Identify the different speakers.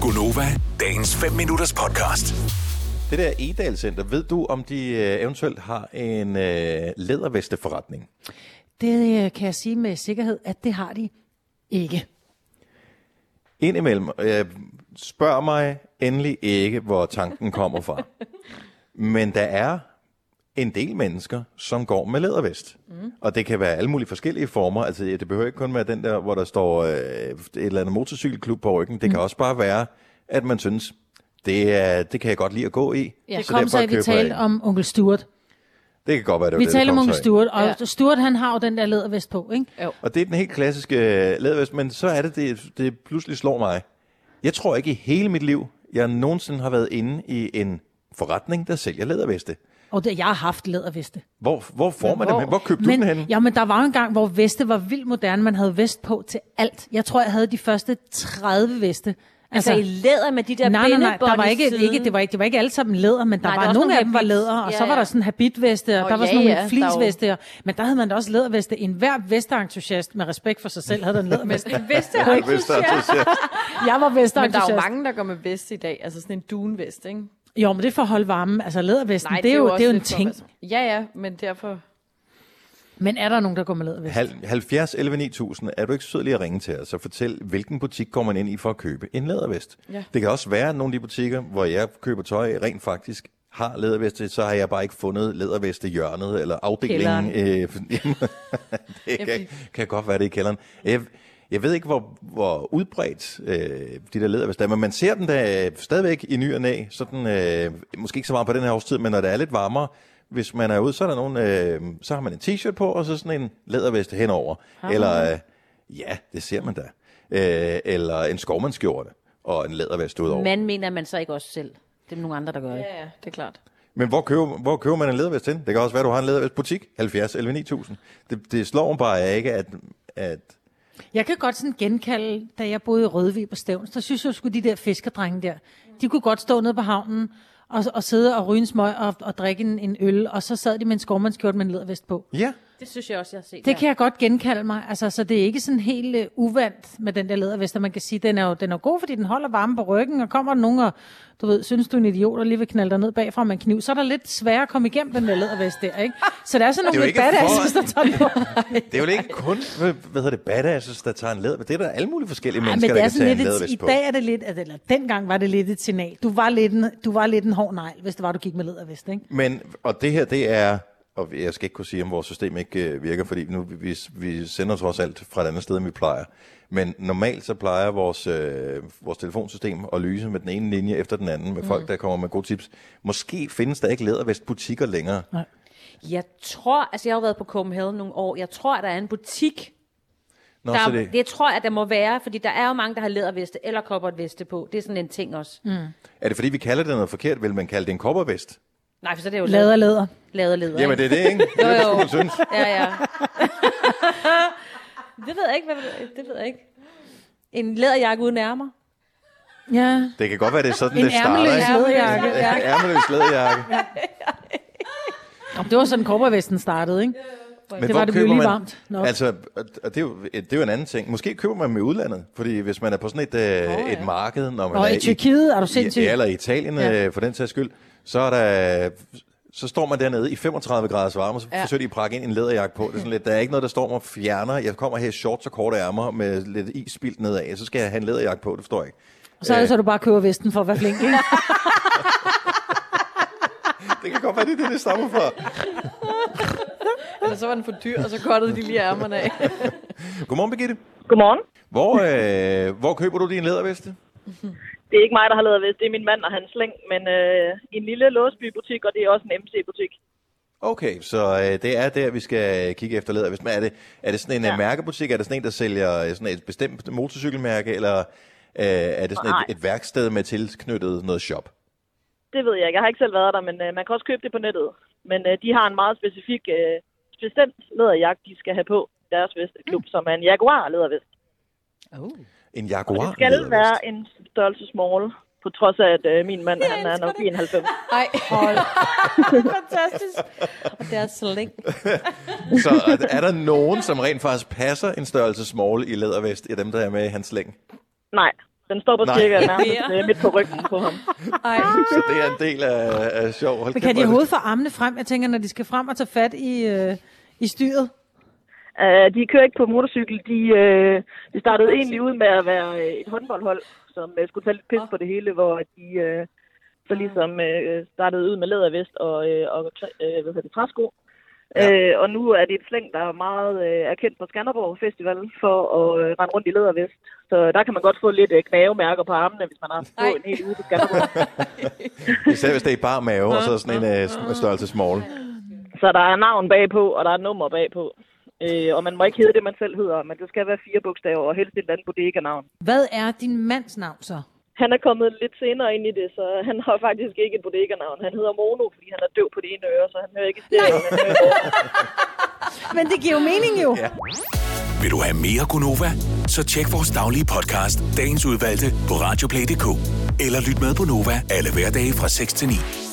Speaker 1: Gunova, dagens 5 minutters podcast.
Speaker 2: Det der Edal Center, ved du, om de øh, eventuelt har en øh, lædervesteforretning?
Speaker 3: Det øh, kan jeg sige med sikkerhed, at det har de ikke.
Speaker 2: Indimellem, øh, spørg mig endelig ikke, hvor tanken kommer fra. Men der er en del mennesker, som går med lædervest. Mm. Og det kan være alle mulige forskellige former. Altså, det behøver ikke kun være den der, hvor der står øh, et eller andet motorcykelklub på ryggen. Det mm. kan også bare være, at man synes, det, er, det kan jeg godt lide at gå i.
Speaker 3: Ja. Det kom så, at vi
Speaker 2: køber jeg
Speaker 3: talte
Speaker 2: en.
Speaker 3: om onkel Stuart.
Speaker 2: Det kan godt være, det var
Speaker 3: Vi
Speaker 2: det, der
Speaker 3: talte om
Speaker 2: kom
Speaker 3: onkel
Speaker 2: så af.
Speaker 3: Stuart, og ja.
Speaker 4: Ja.
Speaker 3: Stuart han har jo den der lædervest på, ikke?
Speaker 4: Jo.
Speaker 2: Og det er den helt klassiske øh, lædervest, men så er det, det, det pludselig slår mig. Jeg tror ikke i hele mit liv, jeg nogensinde har været inde i en forretning, der sælger læderveste.
Speaker 3: Og det, jeg har haft læderveste.
Speaker 2: Hvor, hvor får man dem
Speaker 4: hvor?
Speaker 2: hen? Hvor købte du den
Speaker 3: Men,
Speaker 2: hen?
Speaker 3: ja, men der var jo en gang, hvor veste var vildt moderne. Man havde vest på til alt. Jeg tror, jeg havde de første 30 veste.
Speaker 4: Altså, i læder med de der
Speaker 3: nej, nej, nej, der var
Speaker 4: i
Speaker 3: ikke,
Speaker 4: siden.
Speaker 3: ikke, det, var ikke, det var ikke alle sammen læder, men der
Speaker 4: Nej,
Speaker 3: nej, var,
Speaker 4: der var også
Speaker 3: nogle
Speaker 4: nogle
Speaker 3: af dem var
Speaker 4: habits.
Speaker 3: læder, og
Speaker 4: Ja,
Speaker 3: så var
Speaker 4: ja.
Speaker 3: der sådan habitveste, og
Speaker 4: Nå,
Speaker 3: der var sådan nogle
Speaker 4: ja, ja, der er jo-
Speaker 3: flisveste, og, men der havde man da også læderveste. En hver vesteentusiast med respekt for sig selv havde den læderveste.
Speaker 5: Veste er
Speaker 2: Ja, hvis der er til at se.
Speaker 3: jeg var
Speaker 5: Men der er
Speaker 3: vesteentusiast.
Speaker 5: jo mange, der går med vest i dag. Altså sådan en dunvest, ikke?
Speaker 3: Jo, men det er for at holde varmen. Altså lædervesten, det, er jo, det er jo en ting.
Speaker 5: Ja, ja, men derfor...
Speaker 3: Men er der nogen, der går med lædervest?
Speaker 2: Hal- 70 11 9000, er du ikke sød lige at ringe til os og fortæl, hvilken butik går man ind i for at købe en lædervest?
Speaker 5: Ja.
Speaker 2: Det kan også være, at nogle af de butikker, hvor jeg køber tøj, rent faktisk har læderveste, så har jeg bare ikke fundet læderveste hjørnet eller afdelingen. Øh, det kan, kan godt være, det er i kælderen. Jeg, jeg ved ikke, hvor, hvor udbredt øh, de der læderveste er, men man ser den da øh, stadigvæk i ny og næ, sådan, øh, måske ikke så meget på den her årstid, men når det er lidt varmere, hvis man er ude, så, er der nogen, øh, så har man en t-shirt på, og så sådan en læderveste henover. Eller, øh, ja, det ser man da. Øh, eller en skovmandskjorte og en lædervest udover.
Speaker 4: Man mener man så ikke også selv. Det er nogle andre, der gør det.
Speaker 5: Ja, ja, det er klart.
Speaker 2: Men hvor køber, hvor køber man en lædervest hen? Det kan også være, at du har en lædervestbutik. 70 11 9000. Det, det slår mig bare ikke, at, at
Speaker 3: Jeg kan godt sådan genkalde, da jeg boede i Rødvig på Stævns, der synes jeg sgu, de der fiskerdrenge der, de kunne godt stå nede på havnen og, og sidde og ryge en smøg og, og drikke en, en øl, og så sad de med en skovmandskjort med en lædervest på.
Speaker 2: ja,
Speaker 4: Det synes jeg også, jeg har set.
Speaker 3: Det kan jeg godt genkalde mig, altså, så det er ikke sådan helt uh, uvandt med den der lædervest, og man kan sige, den er jo den er jo god, fordi den holder varme på ryggen, og kommer der nogen og, du ved, synes du er en idiot, og lige vil knalde dig ned bagfra med en kniv, så er der lidt sværere at komme igennem den der lædervest der, ikke? Så der er sådan
Speaker 2: jo
Speaker 3: nogle lidt
Speaker 2: ikke
Speaker 3: badasses,
Speaker 2: for-
Speaker 3: der tager den på.
Speaker 2: det er jo ikke kun, hvad hvad hedder det, badasses, der tager en læder. Det er der alle mulige forskellige
Speaker 3: Ej,
Speaker 2: mennesker,
Speaker 3: men det
Speaker 2: der
Speaker 3: er
Speaker 2: kan tage en
Speaker 3: sådan lidt et,
Speaker 2: lædervest
Speaker 3: i
Speaker 2: på.
Speaker 3: dag er det lidt, at- eller dengang var det lidt et signal. Du var lidt en, du var lidt en hård negl, hvis det var, du gik med lædervest, ikke?
Speaker 2: Men, og det her, det er, og jeg skal ikke kunne sige, om vores system ikke øh, virker, fordi nu, vi, vi sender trods alt fra et andet sted, end vi plejer. Men normalt så plejer vores, øh, vores telefonsystem at lyse med den ene linje efter den anden,
Speaker 3: Mm.
Speaker 2: med folk, der kommer med gode tips. Måske findes der ikke lædervestbutikker længere.
Speaker 4: Jeg tror, altså jeg har jo været på Copenhagen nogle år. Jeg tror, at der er en butik,
Speaker 2: Nå,
Speaker 4: der,
Speaker 2: så
Speaker 4: det. det tror jeg, der må være, fordi der er jo mange, der har læderveste eller kobbertveste på. Det er sådan en ting også. Mm.
Speaker 2: Er det fordi, vi kalder det noget forkert? Vil man kalde det en koppervest?
Speaker 4: Nej, for så er det jo
Speaker 3: Lader, lader.
Speaker 4: læderleder.
Speaker 2: Jamen, det er det, ikke? Det er det,
Speaker 4: jo.
Speaker 2: man synes.
Speaker 4: Ja, ja. det ved jeg ikke, hvad det, det ved jeg ikke. En læderjakke uden ærmer.
Speaker 3: Ja.
Speaker 2: Det kan godt være, det er sådan,
Speaker 3: En
Speaker 2: det starter.
Speaker 3: ærmeløs læderjakke.
Speaker 2: En ærmeløs læderjakke.
Speaker 3: Nå, Det var sådan, korporvesten startede, ikke?
Speaker 2: Men
Speaker 3: Det
Speaker 2: hvor
Speaker 3: var det blev
Speaker 2: køber
Speaker 3: lige
Speaker 2: man-
Speaker 3: varmt nok.
Speaker 2: Altså, og- og det er, jo, det er jo en anden ting. Måske køber man dem i udlandet, fordi hvis man er på sådan et, øh, oh, et marked, når man
Speaker 3: Og
Speaker 2: er
Speaker 3: i Tyrkiet, er du sindssyg?
Speaker 2: Ja, eller i Italien
Speaker 3: Ja.
Speaker 2: ja. for den sags skyld, så er der så står man dernede i 35 graders varme, og så ja. forsøger de at prakke ind en læderjakke på. Det er sådan lidt, der er ikke noget, der står mig og fjerner. Jeg kommer her i shorts og korte ærmer med lidt is spildt nedad, så skal jeg have en læderjakke på, det forstår jeg ikke.
Speaker 3: Og så er det så, du bare køber vesten for at være flink, ikke?
Speaker 2: Det kan godt være, det er det, det stammer fra.
Speaker 5: Eller så var den for dyr, og så kottede de lige ærmerne af.
Speaker 2: Godmorgen, Birgitte.
Speaker 6: Godmorgen.
Speaker 2: Hvor, øh, hvor køber du din læderveste?
Speaker 6: Det er ikke mig, der har lavet vest. Det er min mand og hans slæng. Men øh, en lille Låsby-butik, og det er også en MC-butik.
Speaker 2: Okay, så øh, det er der, vi skal kigge efter lædervest. Men er det, er det sådan en ja. mærkebutik? Er det sådan en, der sælger øh, sådan et bestemt motorcykelmærke? Eller øh, er det sådan
Speaker 6: Nej.
Speaker 2: et, et værksted med tilknyttet noget shop?
Speaker 6: Det ved jeg ikke. Jeg har ikke selv været der, men øh, man kan også købe det på nettet. Men øh, de har en meget specifik, øh, bestemt læderjagt, de skal have på deres vesteklub, mm. som er en Jaguar-lædervest.
Speaker 2: En Jaguar
Speaker 6: Det skal
Speaker 2: lædervest?
Speaker 6: være en størrelse small, på trods af, at øh, min mand han er nok 91.
Speaker 5: Ej, hold. Fantastisk. Og det er slæng.
Speaker 2: Så er- er der nogen, som rent faktisk passer en størrelse small i lædervest i dem, der er med i hans slæng?
Speaker 6: Nej, Den står på
Speaker 2: Nej.
Speaker 6: cirka nærmest øh, midt på ryggen på ham.
Speaker 5: Ej,
Speaker 2: Så det er en del af, af sjov. Hold
Speaker 3: Men
Speaker 2: kæft, hvor
Speaker 3: kan de
Speaker 2: er det-
Speaker 3: overhovedet få armene frem? Jeg tænker, når de skal frem og tage fat i, øh, i styret.
Speaker 6: Uh, de kører ikke på motorcykel. De, uh, de startede egentlig ud med at være øh, et håndboldhold, som uh, skulle tage lidt pis på det hele, hvor de uh, så ligesom uh, startede ud med lædervest og, uh, og uh, hvad hedder det, træsko. Ja. Uh, og nu er det et slæng, der er meget uh, er kendt på Skanderborg Festival for at uh, rende rundt i lædervest. Så der kan man godt få lidt uh, knavemærker på armene, hvis man har haft på
Speaker 5: Ej.
Speaker 6: en hel uge på Skanderborg.
Speaker 2: Især hvis det er i bar mave, og så sådan en
Speaker 6: Ah.
Speaker 2: uh, sm- størrelse small.
Speaker 6: Så der er navn bagpå, og der er nummer bagpå. Øh, og man må ikke hedde det, man selv hedder, men det skal være fire bogstaver, og helst et eller andet bodega-navn.
Speaker 3: Hvad er din mands navn så?
Speaker 6: Han er kommet lidt senere ind i det, så han har faktisk ikke et bodega-navn. Han hedder Mono, fordi han er døv på det ene øre, så han hører ikke stereo. han hører over.
Speaker 3: Men det giver jo mening jo. Ja.
Speaker 1: Vil du have mere Gunova? Så tjek vores daglige podcast, dagens udvalgte, på radioplay.dk. Eller lyt med på Nova alle hverdage fra 6 til 9.